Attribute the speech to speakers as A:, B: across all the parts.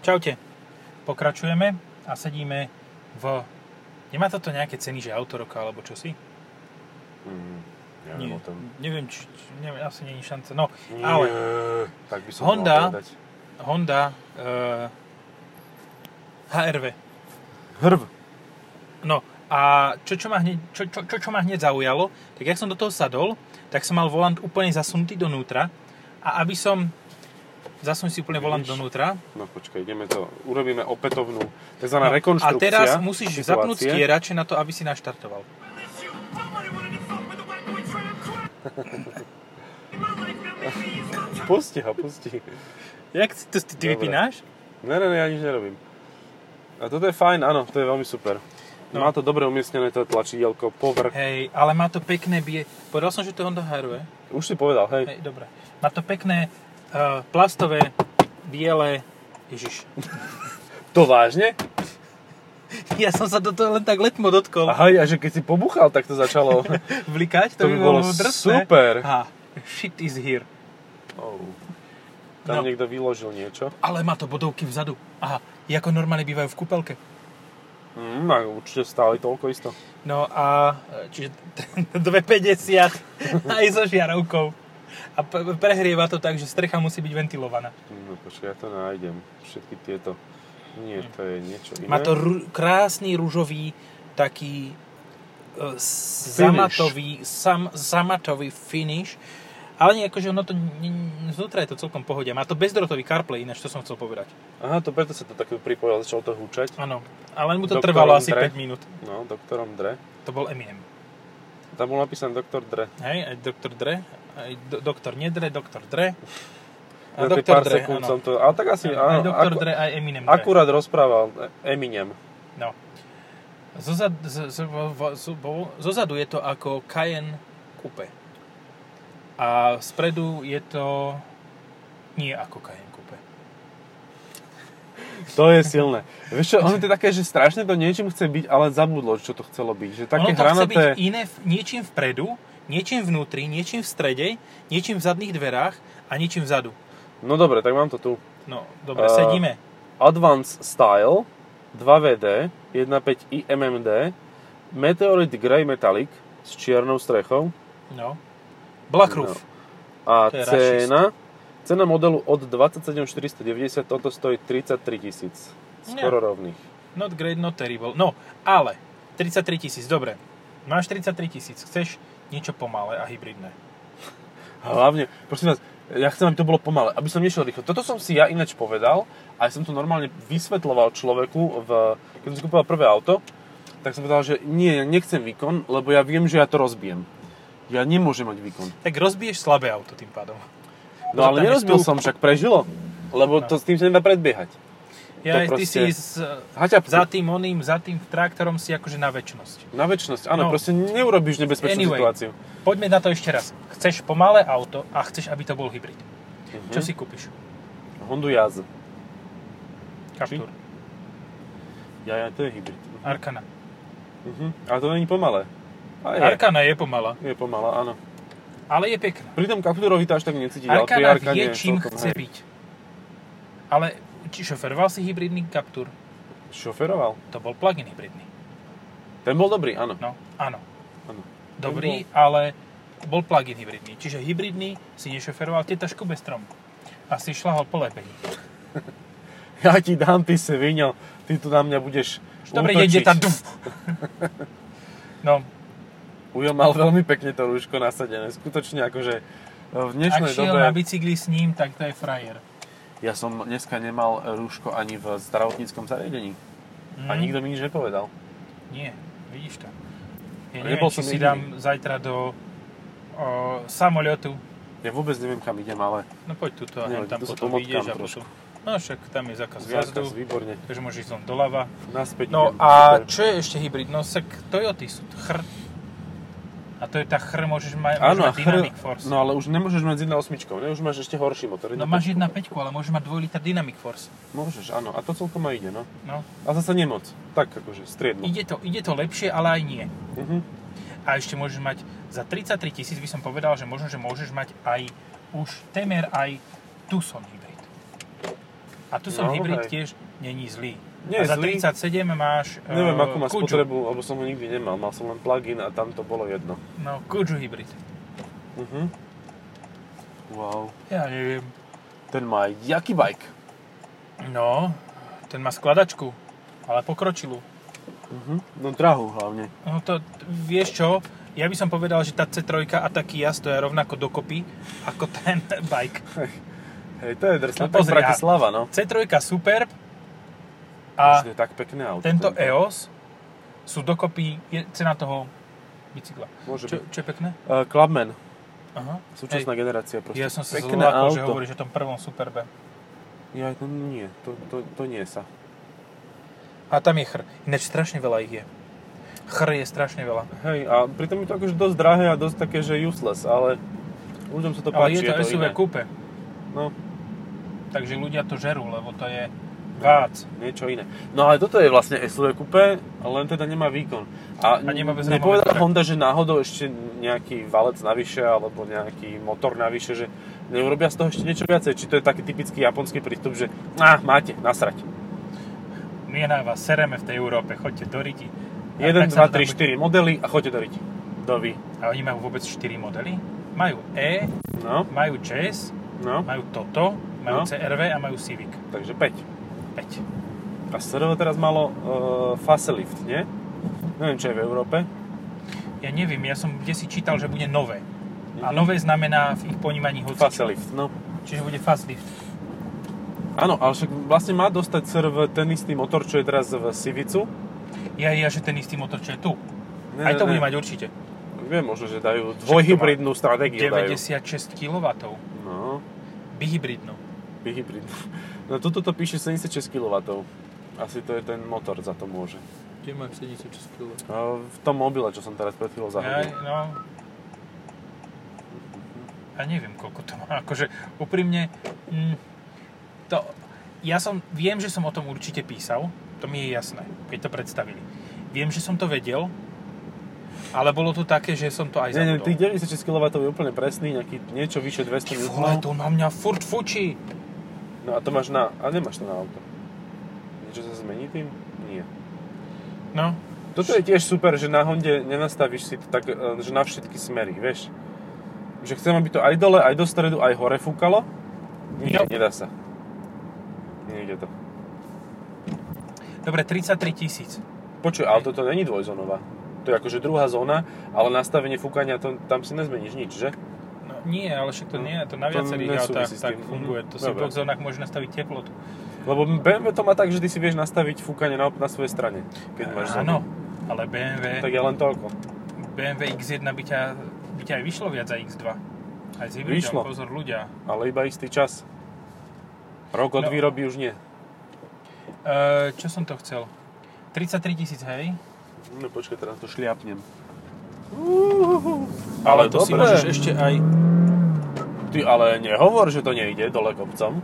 A: Čaute. Pokračujeme a sedíme v... Nemá toto nejaké ceny, že auto roka alebo čosi?
B: Mm, neviem o tom.
A: neviem, či, či, neviem, asi není šanca. No,
B: Nie,
A: ale
B: tak by som
A: Honda?
B: mal povedať.
A: Honda uh, HRV.
B: Hrv.
A: No a čo čo, ma hneď, čo, čo, čo, čo ma hneď zaujalo, tak jak som do toho sadol, tak som mal volant úplne zasunutý donútra a aby som... Zasun si úplne volant
B: Vidíš?
A: donútra.
B: No počkaj, ideme to, urobíme opätovnú,
A: No,
B: takzvaná
A: a
B: rekonštrukcia.
A: teraz musíš
B: situácie.
A: zapnúť stierače na to, aby si naštartoval.
B: Pusti ho, pusti.
A: Jak si to ty, ty
B: Dobre.
A: vypínáš?
B: Ne, ne, ne, ja nič nerobím. A toto je fajn, áno, to je veľmi super.
A: No.
B: No. Má to dobre umiestnené to tlačidielko povrch.
A: Hej, ale má to pekné bie... Povedal som, že to je Honda HRV.
B: Už si povedal, hej.
A: Hej, dobre. Má to pekné uh, plastové, biele... Ježiš.
B: To vážne?
A: No. Ja som sa do toho len tak letmo dotkol.
B: Aha, a že keď si pobuchal, tak to začalo.
A: Vlikať, to,
B: Ah, To by bolo
A: drsné.
B: super.
A: Aha, shit is here.
B: oh.
A: No.
B: Tam niekto vyložil niečo.
A: Ale má to bodovky vzadu. Aha, ako normálne bývajú v kúpelke.
B: Mm, a určite stáli toľko isto.
A: No a e, čiže 250 aj so žiarovkou. A p- prehrieva to tak, že strecha musí byť ventilovaná.
B: No počkaj, ja to nájdem. Všetky tieto.
A: Hm.
B: Nie, to je niečo iné.
A: Má to ru- krásny rúžový taký e, zamatový, sam, zamatový finish. Ale nie, akože ono to, n- n- znútra je to celkom pohodia. Má to bezdrotový CarPlay, ináč to som chcel povedať.
B: Aha, to preto sa to takto pripojilo, začalo to húčať.
A: Áno, ale mu to
B: Doktor
A: trvalo asi
B: Ondrej.
A: 5 minút.
B: No, doktorom Dre.
A: To bol Eminem.
B: Tam bol napísaný doktor Dre.
A: Hej, aj doktor Dre, aj do, doktor Nedre, doktor Dre. A
B: Na tie
A: doktor
B: pár
A: Dre,
B: sekúnd
A: áno.
B: som to... Ale tak asi...
A: Áno, aj
B: áno,
A: doktor
B: aku-
A: Dre, aj Eminem Dre.
B: Akurát rozprával e, Eminem.
A: No. Zozad, z, z, vo- vo- z, vo- zozadu je to ako Cayenne Coupe. A spredu je to nie ako Cayenne Coupe.
B: To je silné. Vieš čo, ono to je také, že strašne to niečím chce byť, ale zabudlo, čo to chcelo byť. Že
A: ono to
B: také
A: chce byť
B: hranaté...
A: iné v- niečím vpredu, niečím vnútri, niečím v strede, niečím v zadných dverách a niečím vzadu.
B: No dobre, tak mám to tu.
A: No, dobre,
B: A-
A: sedíme.
B: Advanced Style, 2VD, 1.5 IMMD, Meteorit Grey Metallic s čiernou strechou
A: No. Black Roof.
B: a
A: To je
B: cena... Cena modelu od 27 490, toto stojí 33 tisíc. Skoro rovných.
A: Not great, not terrible. No, ale 33 tisíc, dobre. Máš 33 tisíc, chceš niečo pomalé a hybridné.
B: Hlavne, prosím vás, ja chcem, aby to bolo pomalé, aby som nešiel rýchlo. Toto som si ja ináč povedal, a ja som to normálne vysvetloval človeku, v, keď som si kúpoval prvé auto, tak som povedal, že nie, ja nechcem výkon, lebo ja viem, že ja to rozbijem. Ja nemôžem mať výkon.
A: Tak rozbiješ slabé auto tým pádom.
B: No
A: Tam
B: ale
A: je
B: nerozbil
A: stĺp.
B: som, však prežilo. Lebo to s tým sa nedá predbiehať.
A: Ja,
B: To
A: ty si s,
B: proste- Haťapku.
A: za tým oným, za tým traktorom si akože na väčnosť.
B: Na väčšnosť, áno,
A: No.
B: proste neurobíš nebezpečnú
A: Anyway.
B: situáciu.
A: Poďme na to ešte raz. Chceš pomalé auto a chceš, aby to bol hybrid. Čo
B: Mhm.
A: si kúpiš?
B: Hondu Jazz.
A: Captur,
B: Ja, ja, to je hybrid.
A: Arkana.
B: Mhm. Ale to není pomalé. A je,
A: Arkana je pomalá,
B: je pomalá, áno.
A: ale je pekná.
B: Pri tom Capturovi to až tak necítiť, ale pri
A: Arkana
B: Arkane
A: vie,
B: je
A: čím
B: celkom,
A: chce
B: hej.
A: byť. Ale či šoferoval si hybridný Captur?
B: Šoferoval.
A: To bol plug-in hybridný.
B: Ten bol dobrý, áno.
A: No, áno.
B: áno.
A: Dobrý, ale bol plug-in hybridný. Čiže hybridný si nešoferoval teta škube strom. A si šla ho po lepení.
B: Ja ti dám, ty sviňo, ty tu na mňa budeš
A: Dobre,
B: útočiť.
A: ide tam. duf. No,
B: Ujo mal veľmi pekne to rúško nasadené, skutočne akože v
A: ak
B: dnešnej
A: šiel
B: dobe...
A: na bicykli s ním, tak to je frajer.
B: Ja som dneska nemal rúško ani v zdravotníckom zariadení.
A: Mm.
B: A nikto mi nič nepovedal.
A: Nie, vidíš to. Ja
B: A
A: neviem,
B: nebol
A: či
B: som
A: si
B: jediný.
A: dám zajtra do o, samoletu.
B: Ja vôbec neviem, kam idem, ale
A: No poď tuto a
B: Nie,
A: hen tam
B: tu sa
A: potom
B: pomotkám
A: vyjdeš a
B: trošku.
A: potom... No však tam je zákaz
B: zákaz,
A: jazdu,
B: výborne.
A: takže môžeš ísť len doľava.
B: Naspäť
A: No
B: idem.
A: a
B: Super.
A: čo je ešte hybrid? No však Toyoty sú chr. A to je tá chr, môžeš mať,
B: Áno, a
A: mať
B: chr...
A: Dynamic Force.
B: No ale už nemôžeš mať s 1.8, ne? Už máš ešte horší motor.
A: no máš 1.5, ale môžeš mať 2 liter Dynamic Force.
B: 1.5. Môžeš, áno. A to celkom aj ide, no.
A: No.
B: A zase nemoc. Tak akože, striedmo.
A: Ide, to, ide to lepšie, ale aj nie.
B: Mhm.
A: A ešte môžeš mať za 33 tisíc by som povedal, že možno, že môžeš mať aj už temer aj Tucson hybrid. A tu som no,
B: No,
A: hybrid
B: hej.
A: tiež není zlý. a
B: Nie je
A: za
B: zlý.
A: 37 máš
B: Neviem,
A: eh,
B: akú má
A: Kuču.
B: spotrebu, lebo som ho nikdy nemal. Mal som len plugin a tam to bolo jedno.
A: No, Kuču hybrid.
B: Mhm. Wow.
A: Ja neviem.
B: Ten má jaký bike?
A: No, ten má skladačku, ale pokročilú.
B: Mhm. No drahu hlavne.
A: No to, t- vieš čo, ja by som povedal, že tá C3 a tá Kia stoja rovnako dokopy ako ten bike.
B: Hej, to je drsné.
A: No
B: No,
A: pozri, a-
B: Bratislava, no.
A: C3 Superb
B: A
A: a
B: je tak pekné auto.
A: tento EOS sú dokopy je, cena toho bicykla.
B: Môže
A: Čo,
B: byť.
A: čo je pekné?
B: Uh, Clubman.
A: Aha.
B: Súčasná generácia proste.
A: ja som sa akože
B: pekné
A: zvolal,
B: auto.
A: že hovoríš o tom prvom Superbe.
B: Ja, no nie, to, to, to nie sa.
A: A tam je chr. Ináč strašne veľa ich je. Chr je strašne veľa.
B: Hej, a pritom je to akože dosť drahé a dosť také, že useless, ale ľuďom sa to
A: Ale
B: páči.
A: je to SUV
B: iné.
A: kúpe,
B: No,
A: takže ľudia to žerú, lebo to je vác.
B: niečo iné. No ale toto je vlastne SUV coupe, len teda nemá výkon. A,
A: A nemá bezramový
B: nepovedal
A: trak.
B: Honda, že náhodou ešte nejaký valec navyše, alebo nejaký motor navyše, že neurobia z toho ešte niečo viacej. Či to je taký typický japonský prístup, že ah, máte, nasrať.
A: My na vás sereme v tej Európe, choďte do Riti.
B: 1, 2, 3, 4 modely a choďte do riti. Dovi.
A: A oni majú vôbec 4 modely? Majú E,
B: No,
A: majú Jazz,
B: no,
A: majú Toto, majú
B: No.
A: CRV a majú Civic.
B: takže 5.
A: 5.
B: A SRV teraz malo uh, facelift, nie? Neviem, čo je v Európe.
A: Ja neviem, ja som kde si čítal, že bude nové. A
B: Mhm.
A: nové znamená v ich ponímaní hocičo.
B: Facelift, no.
A: Čiže bude facelift.
B: Áno, ale však vlastne má dostať SRV ten istý motor, čo je teraz v Civicu.
A: Ja, ja, že ten istý motor, čo je tu.
B: Ne,
A: Aj to
B: ne,
A: bude
B: ne.
A: mať určite.
B: Viem, možno, že dajú dvojhybridnú stratégiu. 90. Dajú.
A: 96 kW.
B: No,
A: Bihybridnú.
B: bihybrid. No tuto to píše 76 kW. Asi to je ten motor za to môže.
A: Kde mám 76 kW?
B: No, V tom mobile, čo som teraz pred chvíľou
A: Ja,
B: zahodil.
A: no, ja neviem, koľko to má. Akože, úprimne, mm, to, ja som, viem, že som o tom určite písal, to mi je jasné, keď to predstavili. Viem, že som to vedel, ale bolo to také, že som to aj
B: Nie, nie,
A: zabudol.
B: tých 96 kW je úplne presný, nejaký, niečo vyše 200
A: Ty vole,
B: Nm.
A: to na mňa furt fučí.
B: No a to máš na... A nemáš to na auto. Niečo sa zmení tým? Nie.
A: No,
B: Toto je tiež super, že na Honde nenastavíš si to tak, e, že na všetky smery, vieš. Že chcem, aby to aj dole, aj do stredu, aj hore fúkalo. Nie,
A: Jo.
B: nedá sa. Nejde to.
A: dobre, 33 tisíc.
B: Počuj, ale toto není dvojzónová. To je akože druhá zóna, ale nastavenie fúkania, to, tam si nezmeníš nič, že?
A: No, nie, ale však to
B: No,
A: nie, to na
B: to
A: viacerých
B: nesúvisí
A: autách
B: s
A: tak
B: tým. Mhm.
A: funguje. To si v
B: Dobre.
A: dvoch zónach môžeš nastaviť teplotu.
B: Lebo BMW to má tak, že ty si vieš nastaviť fúkanie na, na svojej strane, keď máš zónu.
A: Áno, ale BMW...
B: Tak je len toľko.
A: BMW X1 by ťa, by ťa aj vyšlo viac za X2. Aj s hybridom,
B: Vyšlo.
A: pozor ľudia.
B: Ale iba istý čas. Rok od
A: No.
B: výroby už nie.
A: E, čo som to chcel? 33 tisíc, hej?
B: No počkaj, teraz to šliapnem.
A: Ale, to si môžeš ešte aj...
B: Hm. Ty ale nehovor, že to nejde dole kopcom.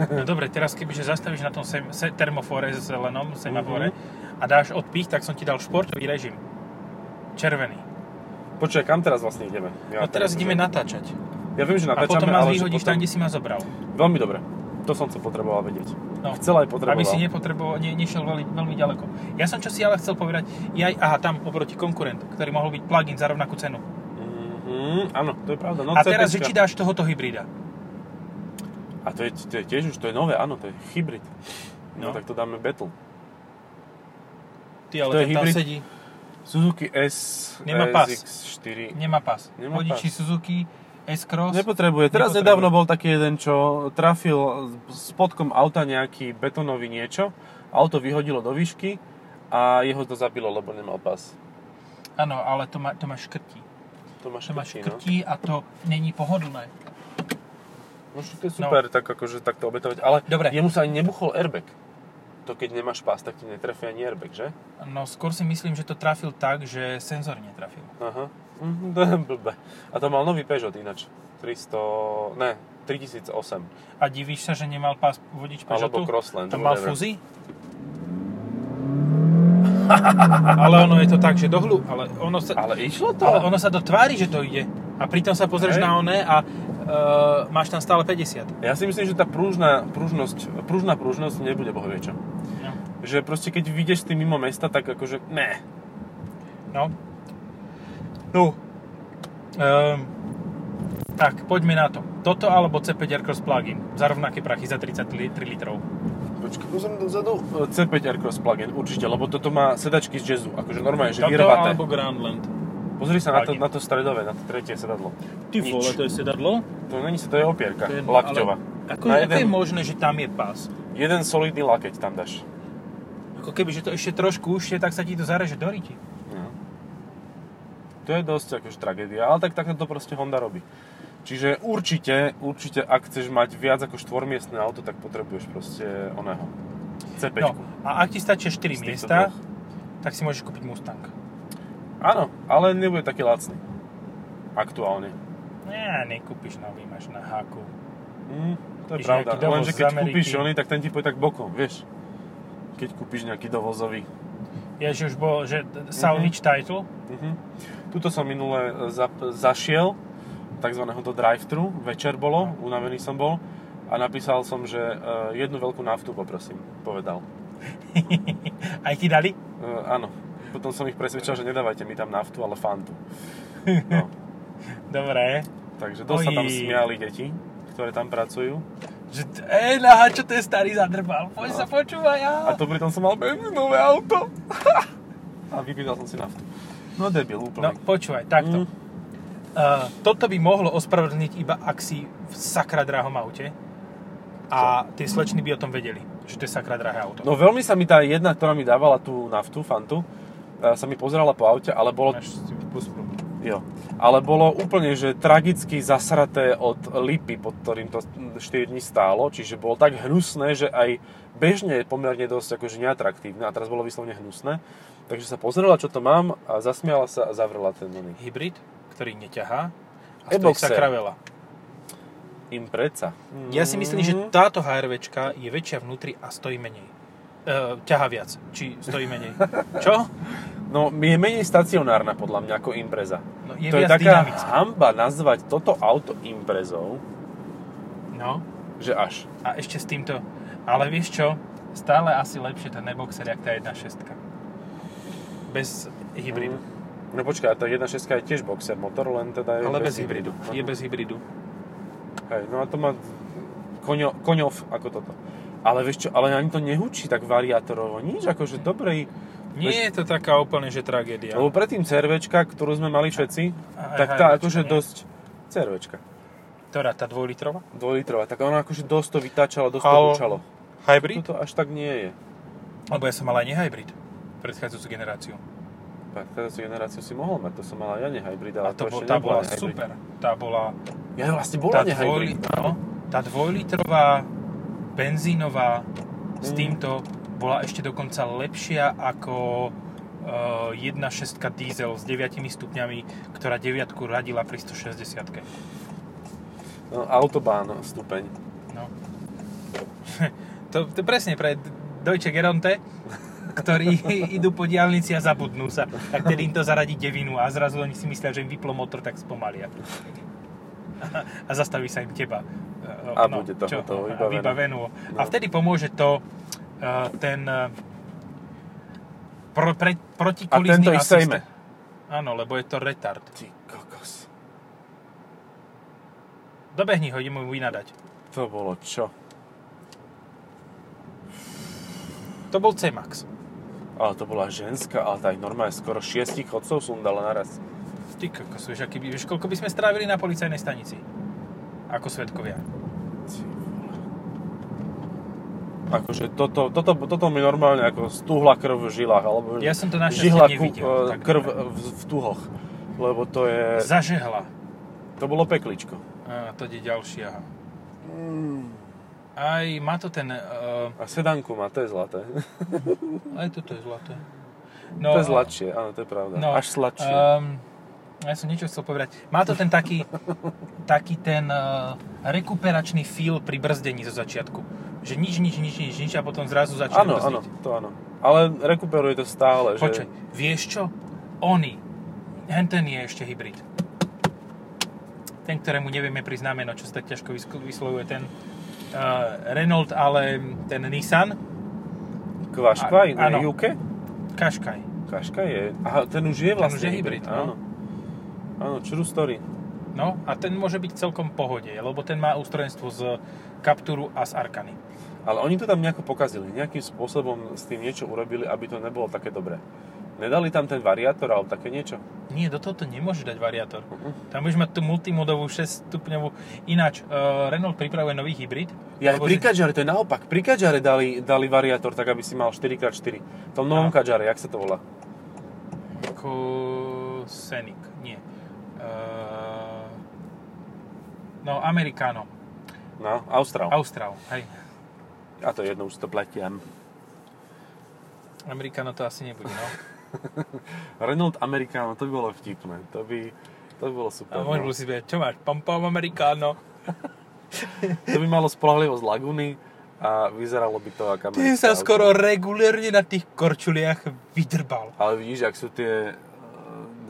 A: No dobre, teraz kebyže zastavíš na tom sem, se, termofore s zelenom, semafore,
B: Mhm.
A: a dáš odpich, tak som ti dal športový režim. Červený.
B: Počkaj, kam teraz vlastne ideme?
A: No teraz
B: neviem,
A: ideme
B: že-
A: natáčať.
B: Ja viem, že
A: A
B: natáčame,
A: potom ma
B: ale že
A: vyhodíš tam, kde si ma zobral.
B: Veľmi dobre. To som chcel potreboval vedieť.
A: No.
B: Chcel aj potreboval.
A: Aby si nepotreboval, ne, nešiel veľmi, veľmi ďaleko. Ja som čo si ale chcel povedať, ja, aha, tam oproti konkurent, ktorý mohol byť plugin za rovnakú cenu.
B: Mhm, áno, to je pravda. No,
A: a teraz, že
B: CPčka.
A: či dáš tohoto hybrida.
B: A to je, to je tiež už, to je nové, áno, to je hybrid. No,
A: No.
B: tak to dáme Battle.
A: Ty, ale
B: To je
A: ten tam
B: hybrid.
A: sedí,
B: Suzuki S,
A: Nemá pás.
B: SX4.
A: nemá pás. Nemá
B: Nemá
A: Vodiči
B: pás.
A: Suzuki, S-Cross.
B: Nepotrebuje. Teraz
A: Nepotrebuje.
B: nedávno bol taký jeden, čo trafil spodkom auta nejaký betonový niečo, auto vyhodilo do výšky a jeho to zabilo, lebo nemal pás.
A: Áno, ale to má, to má škrtí.
B: To máš
A: To má
B: škrtí, no.
A: škrtí a to není pohodlné.
B: No však to je super, tak akože takto obetovať, ale
A: Dobre.
B: jemu sa ani nebuchol airbag. To keď nemáš pás, tak ti netrefí ani airbag, že?
A: No skôr si myslím, že to trafil tak, že senzor netrafil.
B: Aha. Mhm, to je blbé. A to mal nový Peugeot ináč. 300... Ne, 3008.
A: A divíš sa, že nemal pás vodič
B: Alebo
A: Peugeotu?
B: Crossland.
A: To mal
B: whatever.
A: fuzi? ale ono je to tak, že do hlu, ale ono sa,
B: Ale išlo to.
A: ale ono sa do tvári, že to ide. A pritom sa pozrieš
B: Hej.
A: na oné a uh, máš tam stále 50.
B: Ja si myslím, že tá pružná pružnosť, pružná pružnosť nebude bohoviečo.
A: No.
B: Že proste keď vyjdeš ty mimo mesta, tak akože ne.
A: No. No. Ehm, tak, poďme na to. Toto alebo C5 Aircross plug-in. Za rovnaké prachy, za 33 litrov.
B: Počkaj, pozriem dozadu. C5 Aircross plug-in, určite, lebo toto má sedačky z jazzu. Akože normálne, že
A: Toto
B: vyrvaté.
A: alebo Grandland.
B: Pozri sa na to,
A: plug-in.
B: na to stredové, na to tretie sedadlo.
A: Ty
B: Nič.
A: vole, to je sedadlo?
B: To není sa, to je opierka,
A: To je-
B: lakťová.
A: Ale, ako,
B: Na
A: ako je
B: jeden-
A: možné, že tam je pás?
B: Jeden solidný lakeť tam dáš.
A: Ako keby, že to ešte trošku užšie, tak sa ti to zareže do riti.
B: No. To je dosť akože tragédia, ale tak takto to proste Honda robí. Čiže určite, určite, ak chceš mať viac ako štvormiestne auto, tak potrebuješ proste oného. C5.
A: No, a ak ti stačia 4
B: Z týchto
A: miesta,
B: dvoch.
A: tak si môžeš kúpiť Mustang.
B: Áno, ale nebude taký lacný. Aktuálne.
A: Nie, nekúpiš nový, máš na háku.
B: Mm, to
A: Kúpiš
B: je pravda.
A: nejaký dovoz
B: Lenže
A: z
B: keď
A: Ameriky.
B: kúpiš oný, tak ten ti pôjde tak bokom, vieš. Keď kúpiš nejaký dovozový.
A: Ja, že už bol, že salvage title,
B: Mhm. Tuto som minule e, zap, zašiel, takzvaného do drive-thru, večer bolo, unavený som bol a napísal som, že e, jednu veľkú naftu poprosím, povedal.
A: aj ti dali?
B: E, áno, potom som ich presvedčal, že nedávajte mi tam naftu, ale fantu. No.
A: Dobre.
B: Takže dosť sa tam
A: Oj.
B: smiali deti, ktoré tam pracujú.
A: Že, ej, naha, čo to je starý zadrbal, poď
B: No.
A: sa počúvaj, á.
B: A to pritom som mal benzínové auto. a vypýtal som si naftu. No debil
A: No,
B: úplne.
A: počúvaj, takto.
B: Mm.
A: Uh, toto by mohlo ospravedlniť iba ak si v sakra drahom aute a tie slečny by o tom vedeli, že to je sakra drahé auto.
B: No veľmi sa mi tá jedna, ktorá mi dávala tú naftu, fantu, e, sa mi pozerala po aute, ale bolo
A: Máš si puspru.
B: Jo. Ale bolo úplne, že tragicky zasraté od lipy, pod ktorým to 4 dní stálo, čiže bolo tak hnusné, že aj bežne je pomerne dosť akože neatraktívne a teraz bolo vyslovne hnusné. Takže sa pozrela, čo to mám a zasmiala sa a zavrela ten oný.
A: Hybrid, ktorý neťahá a stojí
B: E-boxer.
A: sakra veľa.
B: Impreca.
A: Ja si myslím, že táto HRVčka je väčšia vnútri a stojí menej. Uh, ťaha viac, či stojí menej. čo?
B: No, je menej stacionárna podľa mňa ako Impreza.
A: No, je
B: to je
A: viac
B: taká
A: dynamická.
B: hamba nazvať toto auto Imprezou,
A: No.
B: že až.
A: A ešte s týmto. Ale vieš čo? Stále asi lepšie ten neboxer, jak tá 1.6. Bez hybridu.
B: Mm. No počkaj, a tá 1.6 je tiež boxer motor, len teda je
A: Ale bez,
B: bez
A: hybridu. Je bez hybridu.
B: Hej, no a to má koňo, koňov ako toto. Ale vieš čo, ale ani to nehučí tak variátorovo, nič, akože dobrej.
A: Nie je to taká úplne, že tragédia.
B: Lebo predtým CRVčka, ktorú sme mali všetci,
A: A- a
B: tak tá
A: HRVčka,
B: akože
A: nie?
B: dosť, CRVčka,
A: Ktorá, tá dvojlitrová?
B: dvojlitrová, tak ona akože dosť to vytáčala, dosť to
A: Ale-
B: hučalo.
A: Hybrid?
B: Toto až tak nie je.
A: Lebo ja som mal aj nehybrid. Predchádzajúcu generáciu.
B: Tak teraz generáciu si mohol mať, to som mal aj ja nehybrid,
A: A
B: ale
A: to
B: to
A: bol,
B: ešte
A: tá
B: nebola
A: bola
B: nehybrid.
A: super. Tá bola...
B: Ja vlastne
A: Tá,
B: bola nehybrid.
A: dvojli, no, tá dvojlitrová benzínová s
B: Mm.
A: týmto bola ešte dokonca lepšia ako uh, 1.6 diesel s 9 stupňami, ktorá 9 radila pri 160
B: No, autobán stupeň.
A: No. to, to presne pre Deutsche Geronte, ktorí idú po diálnici a zabudnú sa. Tak tedy im to zaradí devinu a zrazu oni si myslia, že im vyplo motor, tak spomalia. A zastaví sa im teba. E,
B: A bude to hotovo,
A: A
B: vybavené.
A: vybavenú. A
B: No.
A: vtedy pomôže to e, ten e, pro, pre,
B: A
A: protikolízny
B: tento ich
A: asistent.
B: sejme.
A: Áno, lebo je to retard.
B: Ty kokos.
A: Dobehni ho, idem mu vynadať.
B: To bolo čo?
A: To bol C-Max.
B: Ale to bola ženská, ale tak normálne skoro šiestich chodcov som dala naraz.
A: Ty kokos, vieš, aký by, vieš, koľko by sme strávili na policajnej stanici? Ako svetkovia.
B: Ty vole. Akože toto, toto, toto mi normálne ako stúhla krv v žilách, alebo
A: Ja som to našťastie
B: žihla
A: nevidel,
B: ku- eh,
A: tak
B: krv
A: dobre.
B: v, v tuhoch, lebo to je,
A: Zažehla.
B: to bolo pekličko.
A: A to je ďalšia.
B: Mm.
A: Aj má to ten... Uh,
B: A sedanku má, to je zlaté.
A: aj toto je zlaté. No,
B: No, to je zlatšie, áno, to je pravda.
A: no,
B: Až sladšie.
A: Um, ja som niečo chcel povedať. Má to ten taký, taký ten uh, rekuperačný feel pri brzdení zo začiatku. Že nič, nič, nič, nič, nič a potom zrazu začne
B: áno, áno,
A: brzdiť.
B: to áno. Ale rekuperuje to stále,
A: Počkaj,
B: že...
A: vieš čo? Oni. Henten je ešte hybrid. ten, ktorému nevieme prísť na meno, čo sa tak ťažko vysk- vyslovuje, ten uh, Renault, ale ten Nissan
B: Kvaškvaj,
A: A- áno.
B: na Juke?
A: Qashqai.
B: Kaška je... Aha, ten už je vlastne
A: už je hybrid, no.
B: Áno. Áno, true story.
A: No a ten môže byť celkom v pohode, lebo ten má ústrojenstvo z Capturu a z Arkany.
B: Ale oni to tam nejako pokazili. Nejakým spôsobom s tým niečo urobili, aby to nebolo také dobré. Nedali tam ten variátor alebo také niečo?
A: Nie, do tohoto nemôžeš dať variátor.
B: Mhm.
A: Tam budeš mať tú multimodovú 6-stupňovú. Ináč, uh, Renault pripravuje nový hybrid.
B: Ja aj
A: Lebo
B: pri
A: že-
B: Kadžare, to je naopak. Pri Kadžare dali, dali variátor tak, aby si mal 4x4. V tom novom
A: Áno.
B: Kadžare, jak sa to volá?
A: Ko- Scenic, nie. Uh, no, Americano.
B: No, Austral.
A: Austral, hej.
B: A to je jedno, už si to pletiam.
A: Americano to asi nebude, no.
B: Renault Americano, to by bolo vtipné. To by, to by bolo super.
A: A
B: No.
A: môžu si povedať, čo máš, pom pom Americano.
B: To by malo spolahlivosť Laguny a vyzeralo by to ako
A: Ty
B: americké
A: sa
B: auto.
A: skoro regulérne na tých korčuliach vydrbal.
B: Ale vidíš, ak sú tie e,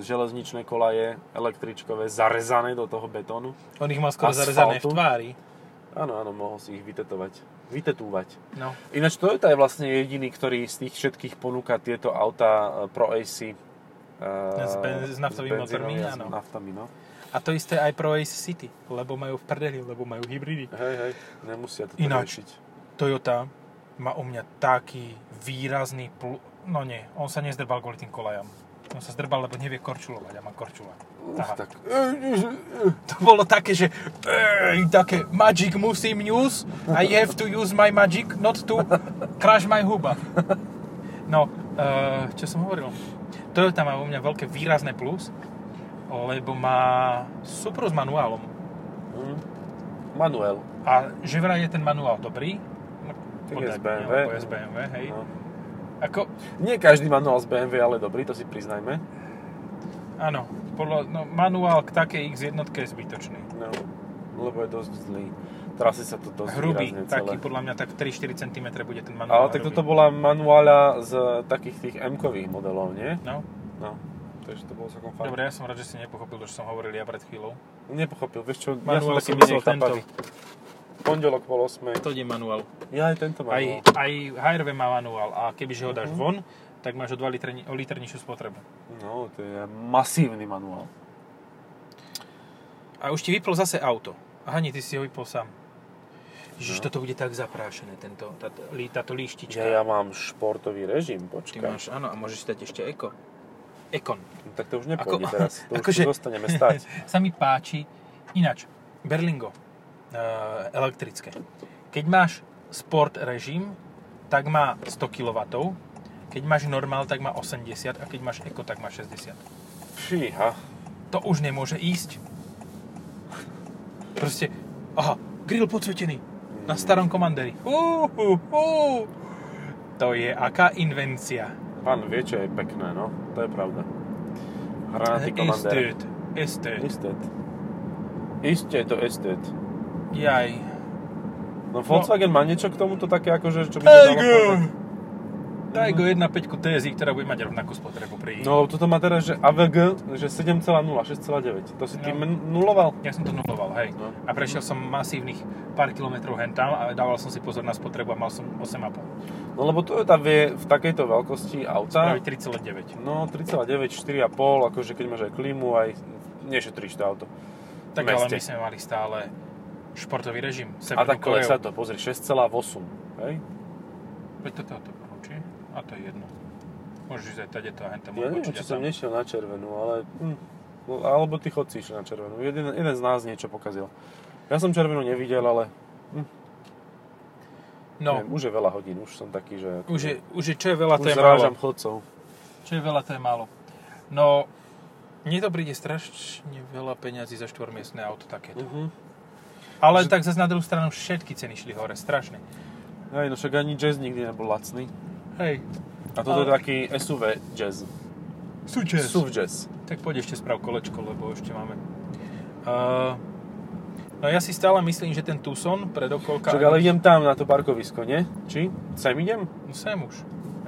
B: železničné kolaje električkové zarezané do toho betónu.
A: On ich má skoro
B: Asfaltu?
A: zarezané v tvári.
B: Áno, áno, mohol si ich vytetovať. Vytetúvať.
A: No.
B: Ináč Toyota je vlastne jediný, ktorý z tých všetkých ponúka tieto autá e, Pro AC. e,
A: S ben- s naftovými motormi,
B: benzínovými a s
A: áno.
B: naftami, no.
A: A to isté aj pro Ace City, lebo majú v prdeli, lebo majú hybridy.
B: Hej, hej, nemusia to
A: Ináč.
B: riešiť.
A: Toyota má u mňa taký výrazný... Pl- no nie, on sa nezdrbal kvôli tým kolajam. On sa zdrbal, lebo nevie korčulovať a má korčula.
B: Uf,
A: Aha.
B: tak.
A: To bolo také, že ej, také magic musím use, I have to use my magic, not to crash my huba. No, eh, čo som hovoril? Toyota má u mňa veľké výrazné plus, lebo má Supru s manuálom.
B: Mm. Manuel.
A: A že vraj je ten manuál dobrý, No,
B: Tak
A: podľa
B: je z
A: mňa,
B: BMW.
A: lebo je z BMW, hej.
B: No.
A: Ako,
B: Nie každý manuál z BMW, ale dobrý, to si priznajme.
A: áno, podľa, no, manuál k takej X1 je zbytočný.
B: No, lebo je dosť zlý. Trasy sa to dosť
A: Hrubý,
B: výrazne celé.
A: taký podľa mňa tak 3-4 cm bude ten
B: Ale
A: manuál.
B: tak
A: hrubý.
B: toto bola manuála z takých tých M-kových modelov, nie?
A: No,
B: No. Takže to bolo celkom fajn.
A: dobre, ja som rád, že si nepochopil to, čo som hovoril ja pred chvíľou.
B: Nepochopil, vieš čo,
A: Manuál
B: ja som taký
A: som myslel
B: menej chápavý.
A: tento.
B: Pondelok bol 8.
A: To je manuál.
B: Ja aj tento
A: Aj,
B: manuál.
A: aj HRV má manuál a kebyže ho
B: Mhm.
A: dáš von, tak máš o 2 litre, o liter nižšiu spotrebu.
B: No, to je masívny manuál.
A: A už ti vyplo zase auto. Hani, ty si ho vypol sám. Ježiš, toto bude tak zaprášené, tento, táto, lí- táto líštička.
B: Ja, ja mám športový režim,
A: Ty
B: počkaj.
A: máš, áno, a môžeš si dať ešte eko. Ekon.
B: No, tak to už nepôjde
A: Ako-
B: teraz. To
A: akože-
B: už dostaneme stať.
A: sa mi páči. Ináč, Berlingo, e, elektrické. Keď máš sport režim, tak má 100 kW, keď máš normál, tak má 80 a keď máš eko, tak má 60.
B: Fíha.
A: To už nemôže ísť. Proste, aha, grill podsvetený na starom komanderi. Uhu, uhu. To je aká invencia.
B: Pán vie, čo je pekné, no. To je pravda. Hranatý komandér.
A: Estet, estet.
B: Istet. Isté to estet.
A: Jaj.
B: No Volkswagen má niečo k tomuto také akože, čo by sa dalo
A: Tiger!
B: porovnať?
A: Tiger 1.5 TSI, ktorá bude mať rovnakú spotrebu pri...
B: No toto má teraz, že AVG, že 7,0, 6,9. To si ty
A: No.
B: no. nuloval?
A: Ja som to nuloval, hej.
B: No.
A: A prešiel som masívnych pár kilometrov hentam a dával som si pozor na spotrebu a mal som 8,5.
B: No lebo Toyota vie v takejto veľkosti auta,
A: Spraviť 3,9.
B: no 3,9, 4,5, akože keď máš aj klimu, aj nešetríš to auto.
A: Tak
B: Meste.
A: ale my sme mali stále športový režim.
B: A tak
A: Koreu.
B: klesa to, pozri, 6,8. Hej?
A: Veď to toto poručí. A to je jedno. Môžeš ísť aj tady to a hentam.
B: Ja neviem,
A: odbočiť
B: či
A: a
B: som
A: tam.
B: nešiel na červenú, ale... Hm, no, alebo tí chodci išli na červenú. Jeden, jeden z nás niečo pokazil. Ja som červenú nevidel, ale
A: No,
B: neviem, už je veľa hodín, už som taký, že...
A: už je, už je, čo je veľa,
B: už
A: to je málo.
B: zrážam chodcov.
A: Čo je veľa, to je málo. No, mne to príde strašne veľa peňazí za štvormiestné auto takéto.
B: Uh-huh.
A: Ale tak zase na druhú stranu všetky ceny šli hore, strašne.
B: Hej, no však ani jazz nikdy nebol lacný.
A: Hej,
B: A toto
A: Ale-
B: je taký SUV jazz.
A: súčasť.
B: SUV jazz.
A: Tak poď ešte sprav kolečko, lebo ešte máme. Uh, no ja si stále myslím, že ten Tucson pred okolka...
B: Čak, ale idem tam na to parkovisko, nie? Či? Sem idem?
A: No sem už.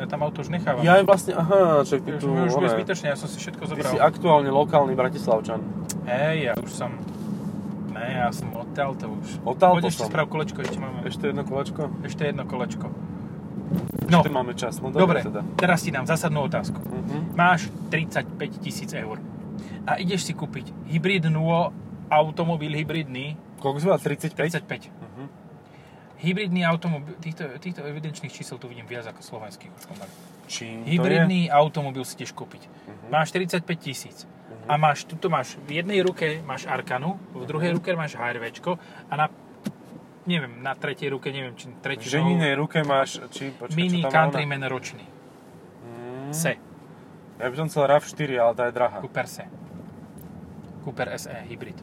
A: Ja tam auto už nechávam.
B: Ja aj vlastne, aha, čak ty
A: Už,
B: tu,
A: mi už bude
B: one,
A: zbytočné, ja som si všetko
B: ty
A: zobral.
B: si aktuálne lokálny bratislavčan.
A: Hej, ja už som... Ne, ja som odtal to už.
B: Odtiaľ
A: Poď
B: to
A: ešte
B: som.
A: sprav kolečko, ešte máme
B: Ešte jedno kolečko?
A: ešte jedno kolečko.
B: No.
A: No,
B: Ešte máme čas, no
A: dobre,
B: dobre, teda.
A: teraz ti dám zásadnú otázku.
B: Mhm.
A: Máš 35 tisíc eur a ideš si kúpiť hybridnú automobil hybridný
B: Koľko sme mali? 35?
A: 35.
B: Mhm.
A: Hybridný automobil, týchto, týchto evidenčných čísel tu vidím viac ako slovenských už pomaly.
B: Čím
A: Hybridný automobil si tiež kúpiť.
B: Mhm.
A: Máš 45 tisíc. A máš, tuto máš, v jednej ruke máš Arkanu,
B: Mhm.
A: v druhej ruke máš HRVčko a na, neviem, na tretej ruke, neviem, či
B: to je? V
A: tretiu
B: ženinej ruke máš, či, počkaj,
A: mini
B: čo tam má ona?
A: Countryman ročný.
B: Mm,
A: Se,
B: Ja by som chcel RAV4, ale tá je drahá.
A: Cooper Se. Cooper SE hybrid.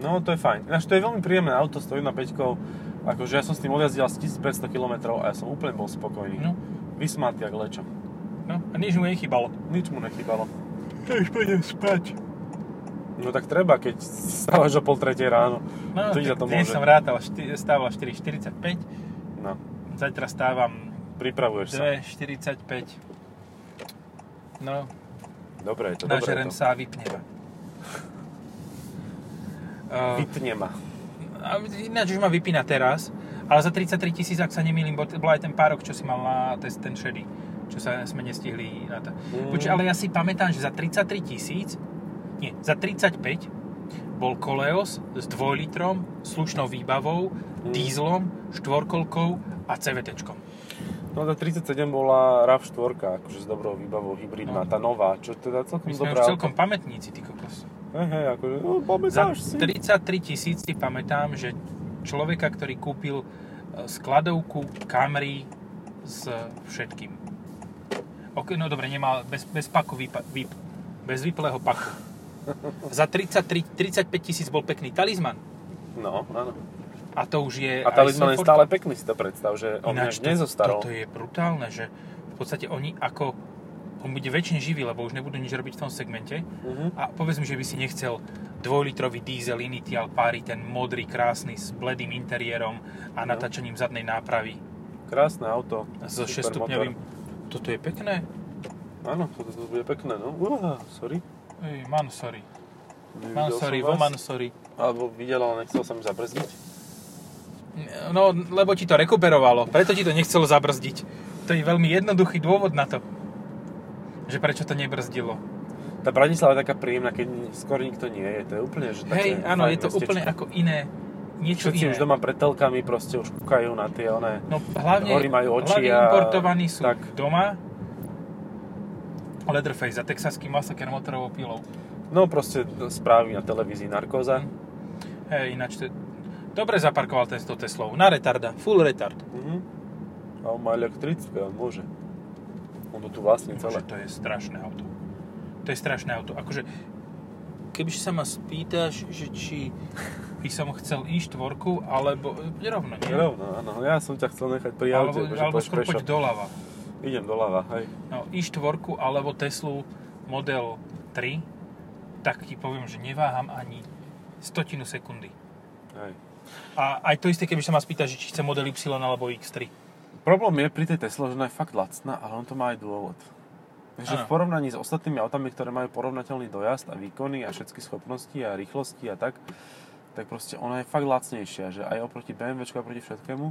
B: No, to je fajn. Ináč, to je veľmi príjemné auto, stojí na 5 Akože ja som s tým odjazdil asi 1500 km a ja som úplne bol spokojný.
A: No,
B: Vysmatý, ak lečo.
A: no, a nič mu nechybalo.
B: Nič mu nechybalo.
A: Už pôjdem spať.
B: No tak treba, keď stávaš o pol tretej ráno.
A: No,
B: To ide, to
A: tak dnes
B: môže.
A: som rátal, šty- stával 4,45,
B: No,
A: zajtra stávam
B: pripravuješ sa.
A: 2,45. No,
B: Dobre je to, dobre je
A: nažerem
B: to.
A: sa a vypne ma. Uh,
B: Vytne ma.
A: a ináč už ma vypína teraz, ale za 33 tisíc, ak sa nemýlim, bo- bol aj ten párok, čo si mal na test ten šedý, čo sa sme nestihli na to.
B: Mm.
A: Počuť, ale ja si pamätám, že za 33 tisíc, nie, za 35 bol Koleos s dvojlitrom, slušnou výbavou,
B: Mm.
A: dízlom, štvorkolkou a CVTčkom.
B: No tá 37 bola RAV4, akože s dobrou výbavou hybridná,
A: No.
B: tá nová, čo teda celkom
A: My sme
B: dobrá.
A: už celkom pamätníci, ty kokos.
B: Hej, hej, akože, no,
A: Za
B: pamätáš si.
A: 33 tisíc si pamätám, že človeka, ktorý kúpil e, skladovku Camry s všetkým. Ok, no dobre, nemal bez, bez paku výpa, výp, bez vyplého paku. Za 33, 35 tisíc bol pekný talizman.
B: No, áno.
A: A to už je...
B: A
A: aj
B: talizman je
A: Sofort-
B: stále pekný, si to predstav, že on nejak
A: Ináč to-
B: nezostarol.
A: Toto je brutálne, že v podstate oni ako... On bude väčšine živý, lebo už nebudú nič robiť v tom segmente.
B: Mhm.
A: A povedz mi, že by si nechcel dvojlitrový diesel Inity Alpari, ten modrý, krásny, s bledým interiérom a
B: No.
A: natáčaním zadnej nápravy
B: Krásne auto.
A: so
B: super
A: 6-stupňovým... Toto je pekné.
B: motor. Áno, toto to bude pekné, no. Uá, sorry.
A: Ej, Mansory.
B: Nevidel
A: Mansory,
B: som
A: vo
B: vás.
A: Mansory.
B: Alebo videl, ale nechcel som zabrzdiť.
A: No, lebo ti to rekuperovalo, preto ti to nechcelo zabrzdiť. To je veľmi jednoduchý dôvod na to, že prečo to nebrzdilo.
B: Tá Bratislava je taká príjemná, keď ni- skoro nikto nie je. To je úplne, že také
A: Hej, áno,
B: fajn
A: je to
B: mestečko.
A: úplne ako iné, niečo
B: Všetci
A: iné.
B: už doma pred telkami proste už kúkajú na tie one.
A: No hlavne,
B: Hory majú oči
A: hlavne
B: a-
A: importovaní sú
B: tak.
A: tak. doma Leatherface a texaský masaker motorovou pilou.
B: No proste správy na televízii narkóza.
A: Hej, ináč to je... Dobre zaparkoval ten s tou Teslou. Na retarda. Full retard.
B: Mhm. A on má elektrické, on môže. On to tu vlastne
A: Bože,
B: celé.
A: to je strašné auto. To je strašné auto. Akože, keby sa ma spýtaš, že či by som chcel i štvorku, alebo rovno, nie?
B: Rovno, áno. Ja som ťa chcel nechať pri
A: alebo,
B: aute, že
A: alebo
B: poď
A: skôr
B: pešo.
A: poď doľava.
B: Idem doľava, hej.
A: No, i4 alebo Teslu model 3, tak ti poviem, že neváham ani stotinu sekundy.
B: hej.
A: A aj to isté, keby sa ma spýta, že či chce model Y alebo X3.
B: Problém je pri tej Tesla, že ona je fakt lacná, ale on to má aj dôvod. Že v
A: Áno.
B: porovnaní s ostatnými autami, ktoré majú porovnateľný dojazd a výkony a všetky schopnosti a rýchlosti a tak, tak proste ona je fakt lacnejšia, že aj oproti BMWčku a proti všetkému,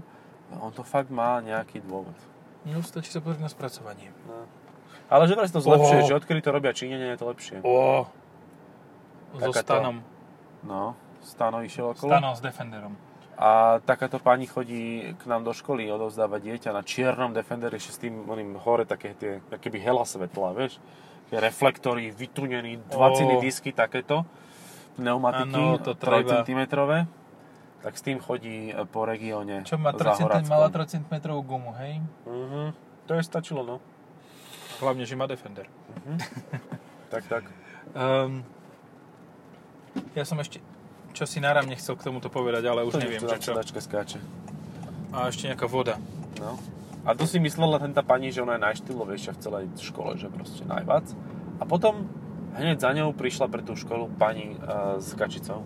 B: on to fakt má nejaký dôvod.
A: No, stačí sa pozrieť na spracovanie.
B: No. Ale že teraz to zlepšuje,
A: Oho.
B: že odkedy to robia Číňania, je to lepšie.
A: Ó. So
B: Taká to-
A: stanom.
B: No, Stano išiel okolo.
A: Stanom s Defenderom.
B: A takáto pani chodí k nám do školy odovzdávať dieťa na čiernom Defenderi, ešte s tým oným hore také tie, ako keby hela svetla, vieš? Tie reflektory, vytunení, dvaciny
A: Ó.
B: disky, takéto, pneumatiky,
A: Áno, to
B: 3
A: treba.
B: cm. Tak s tým chodí e, po regióne
A: Čo má 3 cm,
B: Zahoradskom.
A: mala 3 cm gumu, hej?
B: Mhm, to je stačilo, no.
A: Hlavne, že má Defender.
B: Tak, tak.
A: Um, ja som ešte čo si náram nechcel k tomuto povedať, ale už
B: To
A: neviem,
B: to
A: že
B: na
A: čo.
B: sedačke skáče.
A: A ešte nejaká voda.
B: No. A to si myslela ten tá pani, že ona je najštýlovejšia v celej škole, že proste najviac. A potom hneď za ňou prišla pre tú školu pani uh, s kačicou.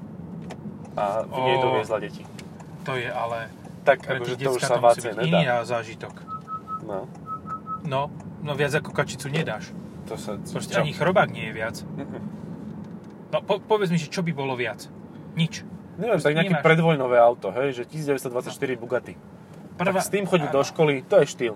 B: A oh. jej
A: Ó.
B: doviezla deti.
A: To je ale...
B: Tak
A: Pre
B: akože
A: tie
B: to už
A: detská to
B: sa
A: musí
B: vácie
A: byť
B: nedá.
A: iný a zážitok.
B: No.
A: No, no viac ako kačicu nedáš.
B: To sa...
A: Proste ani chrobák nie je viac.
B: Mhm.
A: No po, povedz mi, že čo by bolo viac? Nič.
B: Neviem, tak nejaké
A: Vnímaš.
B: predvojnové auto, hej, že 1924 Bugatti.
A: No. Prvá-
B: Tak s tým chodiť
A: áno.
B: do školy, to je štýl.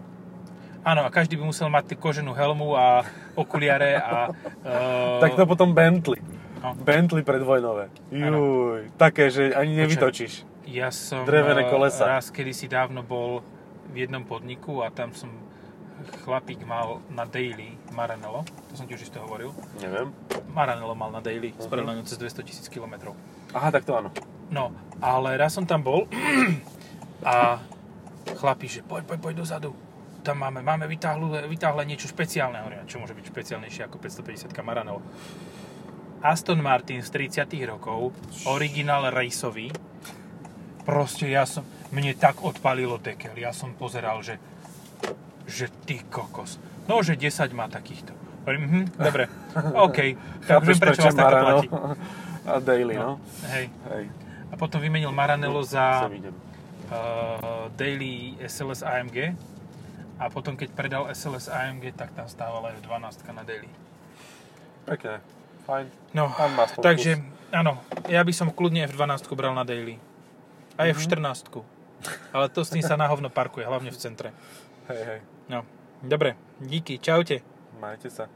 A: Áno, a každý by musel mať tú koženú helmu a okuliare a... Uh,
B: Tak to potom Bentley.
A: No.
B: Bentley predvojnové. Juj, také, že ani nevytočíš.
A: Ja som eh,
B: drevené kolesa.
A: raz kedysi dávno bol v jednom podniku a tam som chlapík mal na daily Maranello, to som ti už isto hovoril.
B: Neviem.
A: Maranello mal na daily,
B: Mhm.
A: uh-huh. cez 200 tisíc kilometrov.
B: Aha, tak to áno.
A: No, ale raz som tam bol a chlapi, že poď, poď, poď dozadu. Tam máme, máme vytáhle, vytáhle niečo špeciálne. Hovorím, čo môže byť špeciálnejšie ako 550 Maranello? Aston Martin z 30 rokov, originál rejsový. Proste ja som, mne tak odpalilo dekel. Ja som pozeral, že, že ty kokos. No, že 10 má takýchto. Hovorím, hm, dobre, OK. Chápem, prečo vás takto
B: Marano
A: platí.
B: A Daily,
A: No,
B: no.
A: hej.
B: Hej,
A: A potom vymenil Maranello za
B: sem idem.
A: uh, Daily SLS AMG a potom keď predal SLS AMG, tak tam stávala aj 12 na Daily.
B: Pekne. Fajn.
A: No,
B: Tam má svoj
A: takže áno, ja by som kľudne F12 bral na Daily.
B: Mhm.
A: Aj F14. Ale to s tým sa na hovno parkuje, hlavne v centre.
B: Hej, hej.
A: No, dobre, díky, čaute.
B: Majte sa.